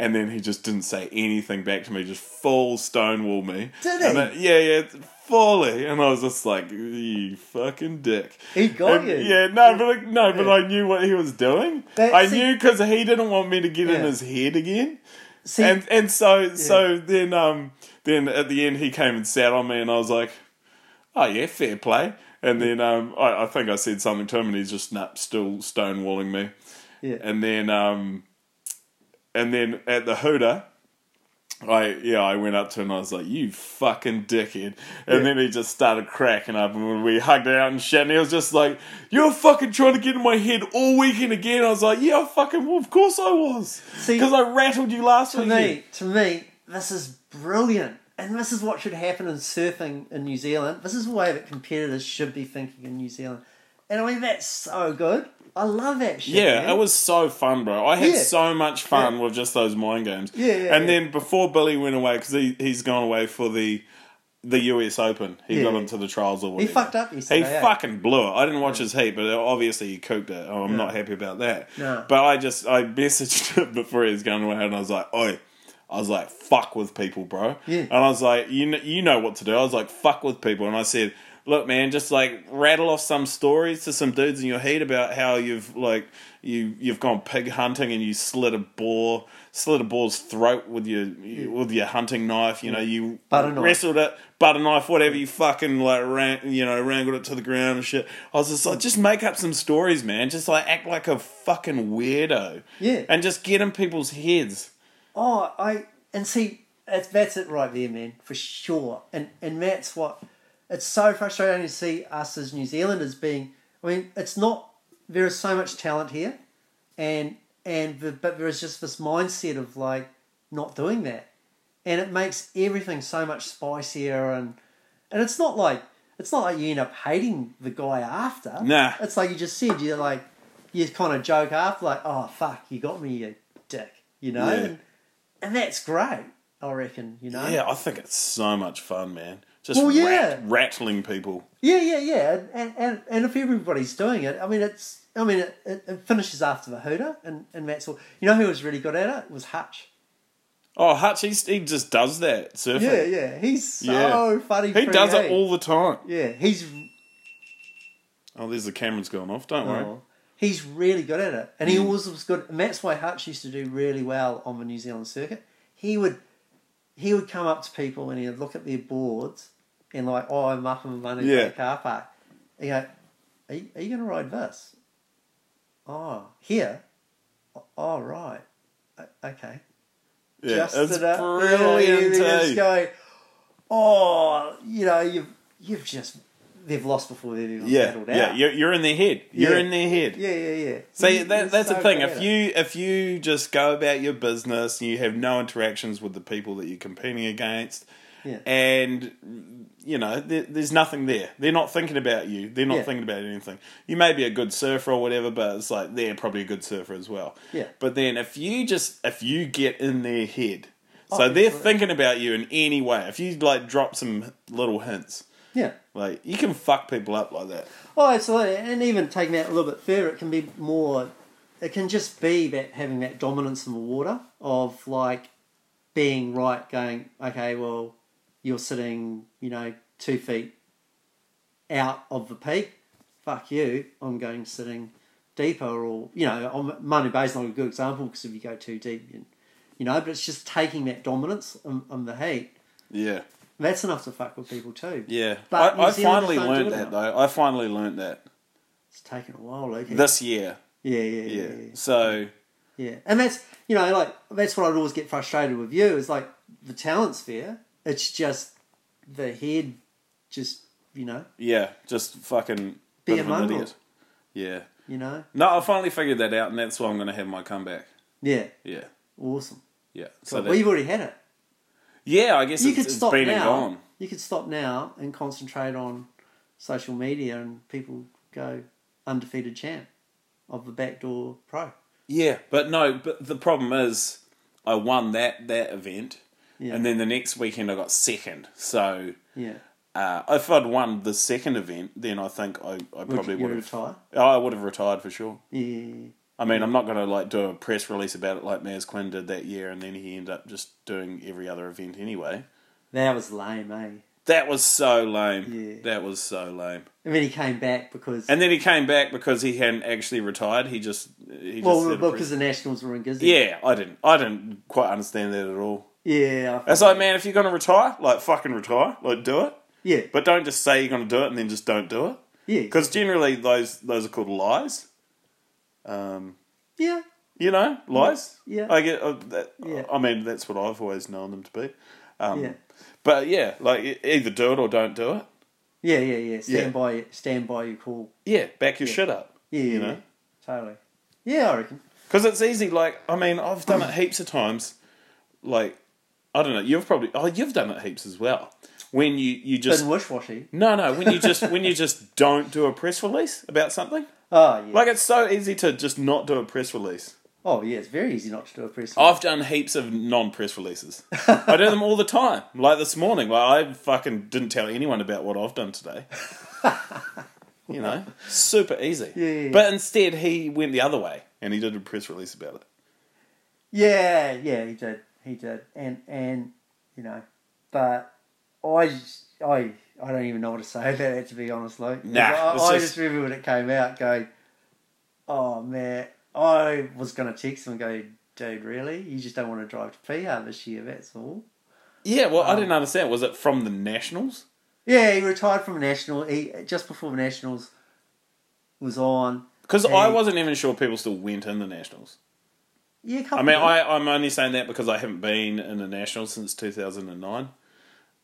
Speaker 2: and then he just didn't say anything back to me. Just full stonewall me.
Speaker 1: Did
Speaker 2: And
Speaker 1: he?
Speaker 2: I- yeah, yeah, fully. And I was just like, you fucking dick.
Speaker 1: He got
Speaker 2: And-
Speaker 1: you.
Speaker 2: Yeah, no, but like, no, but
Speaker 1: Yeah.
Speaker 2: I knew what he was doing.
Speaker 1: That-
Speaker 2: I
Speaker 1: see-
Speaker 2: knew because he didn't want me to get in
Speaker 1: Yeah.
Speaker 2: his head again
Speaker 1: See,
Speaker 2: and and so so then um then at the end he came and sat on me and I was like, oh yeah, fair play. And then um I, I think I said something to him and he's just nah, still stonewalling me.
Speaker 1: yeah,
Speaker 2: And then um and then at the Hooter. I yeah, I went up to him and I was like, "You fucking dickhead!"
Speaker 1: Yeah.
Speaker 2: And then he just started cracking up, and we hugged out and shit. And he was just like, "You're fucking trying to get in my head all weekend again." I was like, "Yeah, I fucking, well, of course I was,
Speaker 1: See-
Speaker 2: because I rattled you last
Speaker 1: to
Speaker 2: week."
Speaker 1: me, to me, this is brilliant, and this is what should happen in surfing in New Zealand. This is the way that competitors should be thinking in New Zealand, and I mean that's so good. I love that shit.
Speaker 2: Yeah,
Speaker 1: man.
Speaker 2: it was so fun, bro. I had
Speaker 1: Yeah.
Speaker 2: so much fun with just those mind games.
Speaker 1: Yeah, yeah,
Speaker 2: and
Speaker 1: yeah.
Speaker 2: then before Billy went away, because he he's gone away for the the US Open. He got
Speaker 1: Yeah.
Speaker 2: into the trials or
Speaker 1: He
Speaker 2: whatever.
Speaker 1: fucked up
Speaker 2: He
Speaker 1: yesterday. eh?
Speaker 2: fucking blew it. I didn't watch his heat, but obviously he cooped it. Oh, I'm not happy about that.
Speaker 1: No.
Speaker 2: But I just I messaged *laughs* him before he was going away, and I was like, oh. I was like, fuck with people, bro.
Speaker 1: Yeah.
Speaker 2: And I was like, you know, you know what to do. I was like, fuck with people. And I said, look, man, just like rattle off some stories to some dudes in your heat about how you've like you you've gone pig hunting and you slit a boar, slit a boar's throat with your with your hunting knife. You know, you
Speaker 1: Butter knife.
Speaker 2: wrestled it, butter knife, whatever you fucking like, ran, you know, wrangled it to the ground and shit. I was just like, just make up some stories, man. Just like act like a fucking weirdo.
Speaker 1: Yeah.
Speaker 2: And just get in people's heads.
Speaker 1: Oh, I and see that's that's it right there, man, for sure. And and that's what it's so frustrating to see us as New Zealanders being. I mean, it's not there is so much talent here, and and the, but there is just this mindset of like not doing that, and it makes everything so much spicier and and it's not like it's not like you end up hating the guy after.
Speaker 2: Nah.
Speaker 1: it's like you just said you're like you kind of joke after like oh fuck you got me you dick you know.
Speaker 2: Yeah.
Speaker 1: And, and that's great, I reckon, you know?
Speaker 2: Yeah, I think it's so much fun, man. Just
Speaker 1: Well, yeah.
Speaker 2: rat- rattling people.
Speaker 1: yeah, yeah. yeah. And- And, and, and if everybody's doing it, I mean, it's, I mean, it, it, it finishes after the hooter and, and that's all. You know who was really good at it? was Hutch.
Speaker 2: Oh, Hutch, he's, he just does that surfing.
Speaker 1: Yeah, yeah. He's so
Speaker 2: Yeah.
Speaker 1: funny.
Speaker 2: He
Speaker 1: pretty,
Speaker 2: does
Speaker 1: eh?
Speaker 2: it all the time.
Speaker 1: Yeah, he's,
Speaker 2: Oh, there's the camera's gone off. Don't worry.
Speaker 1: oh, he's really good at it. And
Speaker 2: Mm.
Speaker 1: he always was good. And that's why Hutch used to do really well on the New Zealand circuit. He would, he would come up to people and he'd look at their boards and like, oh, I'm up and running
Speaker 2: Yeah.
Speaker 1: to the car park. And go, are you, are you going to ride this? Oh, here? Oh, right. O- Okay.
Speaker 2: Yeah,
Speaker 1: Just Oh,
Speaker 2: it's
Speaker 1: it up.
Speaker 2: brilliant.
Speaker 1: Yeah,
Speaker 2: eh?
Speaker 1: just go, oh, you know, you've, you've just, they've lost before they've even
Speaker 2: yeah,
Speaker 1: battled
Speaker 2: yeah.
Speaker 1: out.
Speaker 2: You're, you're in their head. You're
Speaker 1: Yeah.
Speaker 2: in their head.
Speaker 1: yeah, yeah, yeah.
Speaker 2: See,
Speaker 1: He-
Speaker 2: that,
Speaker 1: he's
Speaker 2: that's the
Speaker 1: so
Speaker 2: thing.
Speaker 1: good
Speaker 2: If
Speaker 1: at it.
Speaker 2: you if you just go about your business, you have no interactions with the people that you're competing against,
Speaker 1: Yeah.
Speaker 2: and you know there, there's nothing there. They're not thinking about you. They're not
Speaker 1: Yeah.
Speaker 2: thinking about anything. You may be a good surfer or whatever, but it's like they're probably a good surfer as well.
Speaker 1: Yeah.
Speaker 2: But then if you just if you get in their head,
Speaker 1: Oh,
Speaker 2: so they're
Speaker 1: absolutely.
Speaker 2: thinking about you in any way. If you like drop some little hints,
Speaker 1: Yeah.
Speaker 2: like you can fuck people up like that.
Speaker 1: Oh, absolutely. And even taking that a little bit further, it can be more, it can just be that having that dominance in the water of like being right, going, okay, well, you're sitting, you know, two feet out of the peak. Fuck you. I'm going sitting deeper or, you know, on Manu Bay's not a good example because if you go too deep, you, you know, but it's just taking that dominance on, on the heat.
Speaker 2: Yeah.
Speaker 1: That's enough to fuck with people too.
Speaker 2: Yeah,
Speaker 1: But
Speaker 2: I, I
Speaker 1: New Zealanders
Speaker 2: finally
Speaker 1: don't do
Speaker 2: learnt
Speaker 1: it
Speaker 2: that
Speaker 1: now.
Speaker 2: though. I finally learnt that
Speaker 1: It's taken a while, Luke.
Speaker 2: this year.
Speaker 1: yeah, yeah,
Speaker 2: Yeah.
Speaker 1: yeah, yeah.
Speaker 2: So
Speaker 1: Yeah, and that's you know like that's what I'd always get frustrated with you is like the talent's there. It's just the head, just you know,
Speaker 2: yeah, just fucking
Speaker 1: Be
Speaker 2: bit
Speaker 1: a
Speaker 2: of an
Speaker 1: mongrel.
Speaker 2: idiot. Yeah.
Speaker 1: you know.
Speaker 2: No, I finally figured that out, and that's why I'm going to have my comeback.
Speaker 1: Yeah,
Speaker 2: Yeah.
Speaker 1: awesome.
Speaker 2: Yeah. So
Speaker 1: Cool.
Speaker 2: that,
Speaker 1: well, you've already had it.
Speaker 2: yeah, I guess
Speaker 1: You
Speaker 2: it's,
Speaker 1: could
Speaker 2: it's
Speaker 1: stop
Speaker 2: been and
Speaker 1: now.
Speaker 2: gone.
Speaker 1: You could stop now and concentrate on social media, and people go undefeated champ of the backdoor pro.
Speaker 2: Yeah, but no, but the problem is, I won that that event,
Speaker 1: Yeah.
Speaker 2: and then the next weekend I got second. So.
Speaker 1: Yeah,
Speaker 2: Uh, if I'd won the second event, then I think I, I probably
Speaker 1: you
Speaker 2: would have.
Speaker 1: retire?
Speaker 2: I would have retired for sure.
Speaker 1: yeah,
Speaker 2: I mean, I'm not going to like do a press release about it like Maz Quinn did that year, and then he ended up just doing every other event anyway.
Speaker 1: that was lame, eh?
Speaker 2: That was so lame.
Speaker 1: Yeah.
Speaker 2: That was so lame.
Speaker 1: And then he came back because
Speaker 2: And then he came back because he hadn't actually retired. He just he just
Speaker 1: well,
Speaker 2: did a
Speaker 1: well,
Speaker 2: press-
Speaker 1: because the Nationals were in Gizzy.
Speaker 2: yeah, I didn't I didn't quite understand that at all.
Speaker 1: yeah, I-
Speaker 2: It's like, man, if you're going to retire, like fucking retire, like do it,
Speaker 1: yeah,
Speaker 2: but don't just say you're going to do it and then just don't do it.
Speaker 1: yeah,
Speaker 2: Because generally those those are called lies. Um,
Speaker 1: yeah.
Speaker 2: You know, lies.
Speaker 1: Yeah.
Speaker 2: I get. Uh, that,
Speaker 1: Yeah.
Speaker 2: I mean, that's what I've always known them to be. Um,
Speaker 1: Yeah.
Speaker 2: But yeah, like e- either do it or don't do it.
Speaker 1: Yeah, yeah, yeah. Stand
Speaker 2: Yeah.
Speaker 1: by, stand by your call.
Speaker 2: Yeah, back your shit up.
Speaker 1: Yeah,
Speaker 2: You
Speaker 1: yeah,
Speaker 2: know?
Speaker 1: yeah, totally. Yeah, I reckon.
Speaker 2: Because it's easy. Like I mean, I've done it heaps of times. Like I don't know. You've probably. Oh, you've done it heaps as well. When you you just
Speaker 1: Been wish washy.
Speaker 2: no no when you just when you just don't do a press release about something.
Speaker 1: Oh yeah,
Speaker 2: Like it's so easy to just not do a press release.
Speaker 1: Oh yeah, it's very easy not to do a press.
Speaker 2: I've done heaps of non-press releases. I do them all the time. Like this morning, like I fucking didn't tell anyone about what I've done
Speaker 1: *laughs*
Speaker 2: today. you know, super easy.
Speaker 1: Yeah, yeah, yeah.
Speaker 2: But instead, he went the other way and he did a press release about it.
Speaker 1: Yeah, yeah, he did. He did. And and you know, but I just- I I don't even know what to say *laughs* about it to be honest, Luke.
Speaker 2: Nah,
Speaker 1: I,
Speaker 2: it's
Speaker 1: I
Speaker 2: just-
Speaker 1: just remember when it came out going, Oh man, I was gonna text him and go, Dude, really? You just don't want to drive to PR this year, that's all.
Speaker 2: Yeah, well,
Speaker 1: Ah.
Speaker 2: I didn't understand. Was it from the Nationals?
Speaker 1: Yeah, he retired from National he just before Nationals was on.
Speaker 2: Because
Speaker 1: Yeah.
Speaker 2: I wasn't even sure people still went in the Nationals.
Speaker 1: Yeah, a couple
Speaker 2: I mean,
Speaker 1: of-
Speaker 2: I, I'm only saying that because I haven't been in the Nationals since 2009.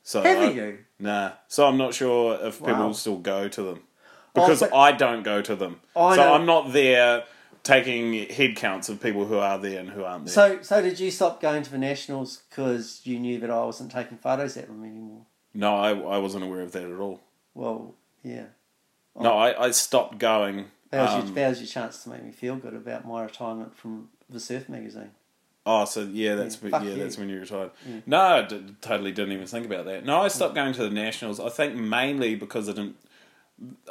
Speaker 2: So
Speaker 1: have
Speaker 2: I-
Speaker 1: you?
Speaker 2: Nah. So I'm not sure if people
Speaker 1: Wow.
Speaker 2: still go to them.
Speaker 1: Oh,
Speaker 2: Because
Speaker 1: but-
Speaker 2: I don't go to them.
Speaker 1: I
Speaker 2: so
Speaker 1: know.
Speaker 2: I'm not there taking head counts of people who are there and who aren't there.
Speaker 1: So, so did you stop going to the nationals because you knew that I wasn't taking photos at them anymore?
Speaker 2: no, I, I wasn't aware of that at all.
Speaker 1: Well, yeah. Oh.
Speaker 2: No, I, I stopped going.
Speaker 1: That was,
Speaker 2: um,
Speaker 1: your, that was your chance to make me feel good about my retirement from the Surf magazine.
Speaker 2: Oh, so yeah, that's
Speaker 1: Yeah,
Speaker 2: yeah,
Speaker 1: fuck you.
Speaker 2: that's when you retired. No, I d- totally didn't even think about that. No, I stopped
Speaker 1: Hmm.
Speaker 2: going to the nationals. I think mainly because I didn't.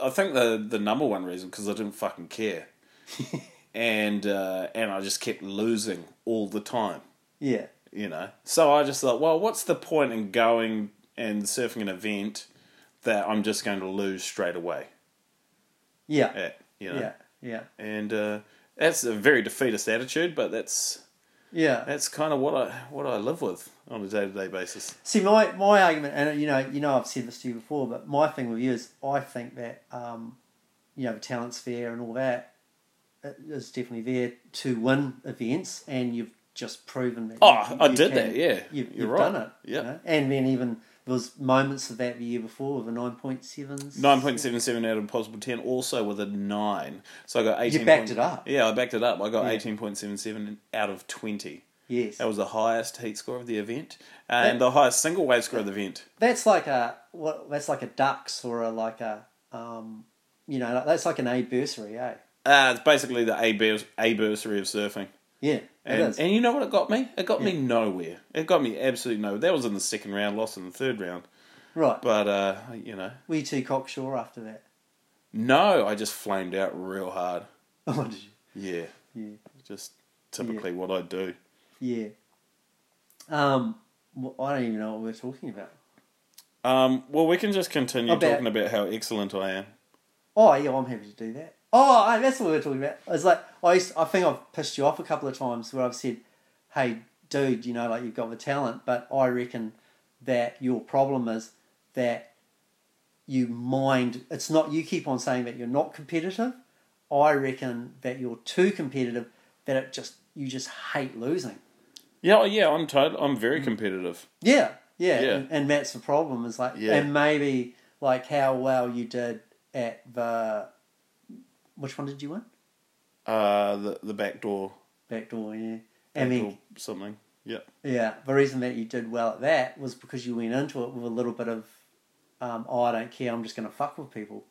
Speaker 2: I think the the number one reason because I didn't
Speaker 1: *laughs*
Speaker 2: fucking care, and uh, and I just kept losing all the time.
Speaker 1: Yeah,
Speaker 2: You know, so I just thought, well, what's the point in going and surfing an event that I'm just going to lose straight away?
Speaker 1: yeah, yeah,
Speaker 2: At, you know,
Speaker 1: yeah, yeah,
Speaker 2: and uh, that's a very defeatist attitude, but that's
Speaker 1: yeah.
Speaker 2: that's kind of what I what I live with on a day to day basis.
Speaker 1: See, my, my argument, and you know, you know, I've said this to you before, but my thing with you is, I think that um, you know, the talent's fair and all that it is definitely there to win events, and you've just proven that.
Speaker 2: Oh, I did that, yeah.
Speaker 1: you,
Speaker 2: You're
Speaker 1: have you've
Speaker 2: right.
Speaker 1: done it.
Speaker 2: Yeah.
Speaker 1: know? and then even there was moments of that the year before with a nine point seven.
Speaker 2: Nine point seven seven out of a possible ten, also with a nine. So I got eighteen.
Speaker 1: backed it up.
Speaker 2: Yeah, I backed it up. I got
Speaker 1: Yeah.
Speaker 2: eighteen point seven seven out of twenty.
Speaker 1: Yes,
Speaker 2: That was the highest heat score of the event, and the highest single wave score of the event.
Speaker 1: that's like a what? That's like a ducks or a like a um, you know, that's like an anniversary, eh?
Speaker 2: Uh, it's basically the aburs- anniversary of surfing.
Speaker 1: Yeah, it
Speaker 2: And,
Speaker 1: is.
Speaker 2: and you know what it got me? It got me nowhere. It got me absolutely nowhere. That was in the second round, lost in the third round.
Speaker 1: right,
Speaker 2: But, uh, you know,
Speaker 1: were you too cocksure after that? *laughs*
Speaker 2: no, I just flamed out real hard.
Speaker 1: Oh, did you?
Speaker 2: Yeah,
Speaker 1: Yeah.
Speaker 2: just typically what I do.
Speaker 1: Yeah. Um, well, I don't even know what we're talking about.
Speaker 2: Um, well, we can just continue
Speaker 1: About-
Speaker 2: talking about how excellent I am.
Speaker 1: Oh, yeah, I'm happy to do that. Oh, I- that's what we we're talking about. It's like I, used, I think I've pissed you off a couple of times where I've said, "Hey, dude, you know, like you've got the talent, but I reckon that your problem is that you mind. It's not you keep on saying that you're not competitive. I reckon that you're too competitive. That it just you just hate losing.
Speaker 2: Yeah, oh, yeah, I'm total. I'm
Speaker 1: Mm.
Speaker 2: very competitive.
Speaker 1: Yeah, yeah,
Speaker 2: Yeah.
Speaker 1: And, and that's the problem. Is like,
Speaker 2: Yeah.
Speaker 1: and maybe like how well you did at the. Which one did you win?
Speaker 2: Uh, the the back door,
Speaker 1: Backdoor, yeah.
Speaker 2: back
Speaker 1: And
Speaker 2: door
Speaker 1: then,
Speaker 2: something. Yeah,
Speaker 1: yeah, the reason that you did well at that was because you went into it with a little bit of, um, oh, I don't care, I'm just going to fuck with people.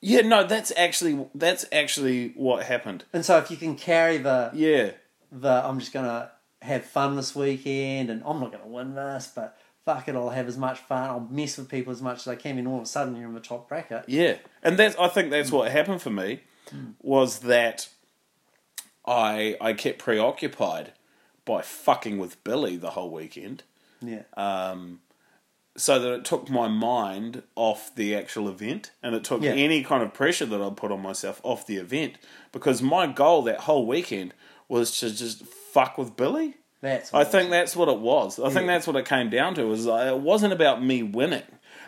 Speaker 2: yeah. No, that's actually that's actually what happened.
Speaker 1: And so if you can carry the,
Speaker 2: Yeah,
Speaker 1: the I'm just going to have fun this weekend and I'm not going to win this, but fuck it, I'll have as much fun, I'll mess with people as much as I can, and all of a sudden you're in the top bracket.
Speaker 2: yeah. And that's I think that's what happened for me was that I I kept preoccupied by fucking with Billy the whole weekend.
Speaker 1: Yeah.
Speaker 2: Uh, so that it took my mind off the actual event and it took
Speaker 1: Yeah.
Speaker 2: any kind of pressure that I put on myself off the event because my goal that whole weekend was to just fuck with Billy.
Speaker 1: that's
Speaker 2: I
Speaker 1: what-
Speaker 2: think that's what it was. I think
Speaker 1: Yeah.
Speaker 2: that's what it came down to. Was I- it wasn't about me winning.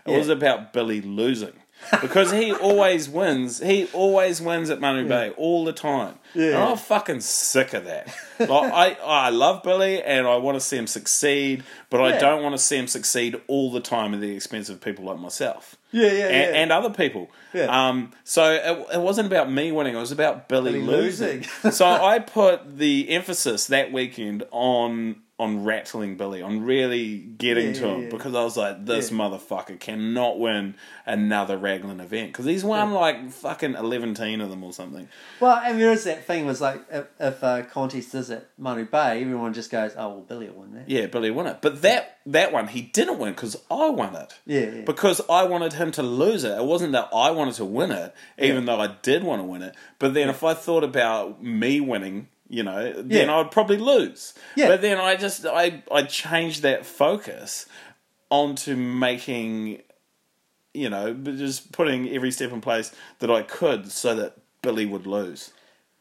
Speaker 2: It
Speaker 1: Yeah.
Speaker 2: was about
Speaker 1: *laughs*
Speaker 2: Billy losing because he always wins. He always wins at Manu Bay all the time. And
Speaker 1: Yeah.
Speaker 2: I'm fucking sick of that. like, I I love Billy and I want to see him succeed, but I
Speaker 1: Yeah.
Speaker 2: don't want to see him succeed all the time at the expense of people like myself.
Speaker 1: Yeah, yeah,
Speaker 2: And,
Speaker 1: yeah.
Speaker 2: and other people.
Speaker 1: Yeah.
Speaker 2: Um, so it, it wasn't about me winning. It was about Billy
Speaker 1: Billy
Speaker 2: *laughs* losing.
Speaker 1: losing.
Speaker 2: so I put the emphasis that weekend on on rattling Billy, on really getting
Speaker 1: Yeah,
Speaker 2: to
Speaker 1: yeah,
Speaker 2: him,
Speaker 1: yeah.
Speaker 2: because I was like, this
Speaker 1: Yeah.
Speaker 2: motherfucker cannot win another Raglan event because he's won like fucking eleven of them or something.
Speaker 1: Well, I mean, there is that thing was like if, if uh, a contest is at Manu Bay, everyone just goes, "Oh well, Billy will win that."
Speaker 2: Yeah, Billy won it, but that that one he didn't win because I won it.
Speaker 1: Yeah, yeah.
Speaker 2: because I wanted him to lose it. It wasn't that I wanted to win it, even though I did want to win it. But then if I thought about me winning, you know, then
Speaker 1: Yeah.
Speaker 2: I would probably lose.
Speaker 1: Yeah.
Speaker 2: But then I just I I changed that focus onto making, you know, but just putting every step in place that I could so that Billy would lose,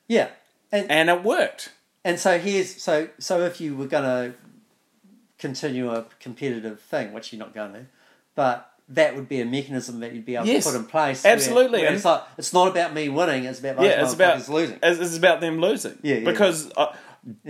Speaker 1: yeah. And
Speaker 2: and it worked.
Speaker 1: and so here's so so if you were gonna continue a competitive thing, which you're not going to, but that would be a mechanism that you'd be able
Speaker 2: Yes.
Speaker 1: to put in place. where-
Speaker 2: Absolutely.
Speaker 1: where it's like it's not about me winning; it's about those
Speaker 2: yeah, it's about
Speaker 1: motherfuckers losing.
Speaker 2: It's, it's about them losing.
Speaker 1: Yeah, yeah.
Speaker 2: because I,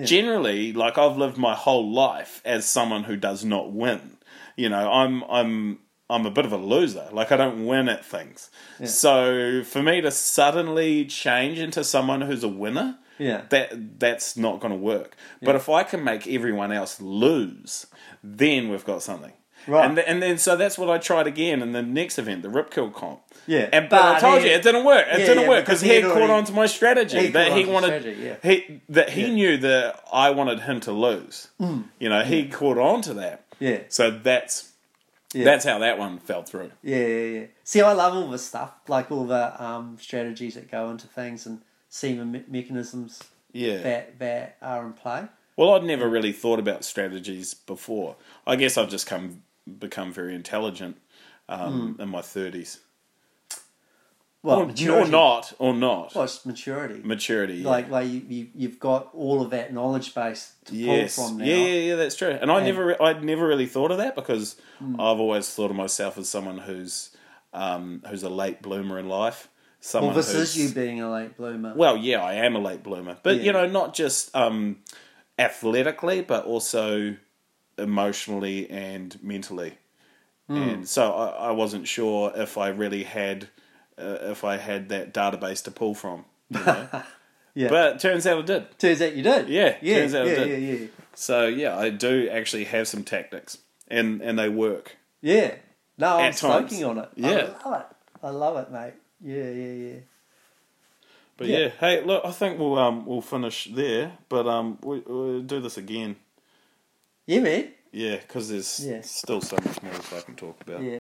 Speaker 2: generally, like I've lived my whole life as someone who does not win. You know, I'm I'm I'm a bit of a loser. Like I don't win at things. So for me to suddenly change into someone who's a winner,
Speaker 1: Yeah.
Speaker 2: that that's not going to work. But if I can make everyone else lose, then we've got something.
Speaker 1: Right.
Speaker 2: And, th- and then so that's what I tried again in the next event, the Rip Kill comp.
Speaker 1: Yeah.
Speaker 2: And but, I
Speaker 1: But
Speaker 2: told
Speaker 1: he-
Speaker 2: you it didn't work. It
Speaker 1: Yeah,
Speaker 2: didn't
Speaker 1: yeah,
Speaker 2: work
Speaker 1: because
Speaker 2: because
Speaker 1: he
Speaker 2: he had
Speaker 1: had
Speaker 2: caught
Speaker 1: already-
Speaker 2: on to my strategy
Speaker 1: He
Speaker 2: that
Speaker 1: caught
Speaker 2: he
Speaker 1: onto
Speaker 2: wanted.
Speaker 1: strategy, yeah.
Speaker 2: He that he
Speaker 1: Yeah. Mm.
Speaker 2: knew that I wanted him to lose. You know, he caught on to that.
Speaker 1: Yeah.
Speaker 2: So that's
Speaker 1: Yeah.
Speaker 2: that's how that one fell through.
Speaker 1: Yeah, yeah, yeah. See, I love all this stuff, like all the um, strategies that go into things and seam and me- mechanisms
Speaker 2: Yeah.
Speaker 1: that that are in play.
Speaker 2: Well, I'd never really thought about strategies before. I guess I've just come become very intelligent um, in my thirties,
Speaker 1: Mm. Well,
Speaker 2: or, or not, or not
Speaker 1: Well, it's maturity.
Speaker 2: maturity. yeah.
Speaker 1: Like, like you, you, you've got all of that knowledge base to pull
Speaker 2: yes,
Speaker 1: from now.
Speaker 2: yeah, yeah, yeah, that's true. And I never, re- I'd never really thought of that because I've always thought of myself as someone who's um, who's a late bloomer in life. Someone
Speaker 1: Well, this
Speaker 2: who's,
Speaker 1: is you being a late bloomer.
Speaker 2: Well, yeah, I am a late bloomer, but
Speaker 1: Yeah.
Speaker 2: you know, not just um, athletically, but also emotionally and mentally.
Speaker 1: Hmm.
Speaker 2: And so I, I wasn't sure if I really had uh, if I had that database to pull from. You know?
Speaker 1: *laughs* Yeah.
Speaker 2: But it turns out I did.
Speaker 1: turns out you did.
Speaker 2: Yeah,
Speaker 1: yeah,
Speaker 2: turns out I
Speaker 1: yeah,
Speaker 2: did.
Speaker 1: yeah, yeah,
Speaker 2: So yeah, I do actually have some tactics, and and they work.
Speaker 1: yeah. No, I'm
Speaker 2: At times.
Speaker 1: smoking on it.
Speaker 2: Yeah.
Speaker 1: I love it. I love it, mate. Yeah, yeah, yeah.
Speaker 2: But yeah,
Speaker 1: Yeah.
Speaker 2: hey, look, I think we'll um we'll finish there, but um we, we'll do this again.
Speaker 1: Yeah, man.
Speaker 2: Yeah, because there's
Speaker 1: Yeah.
Speaker 2: still so much more that I can talk about.
Speaker 1: Yeah.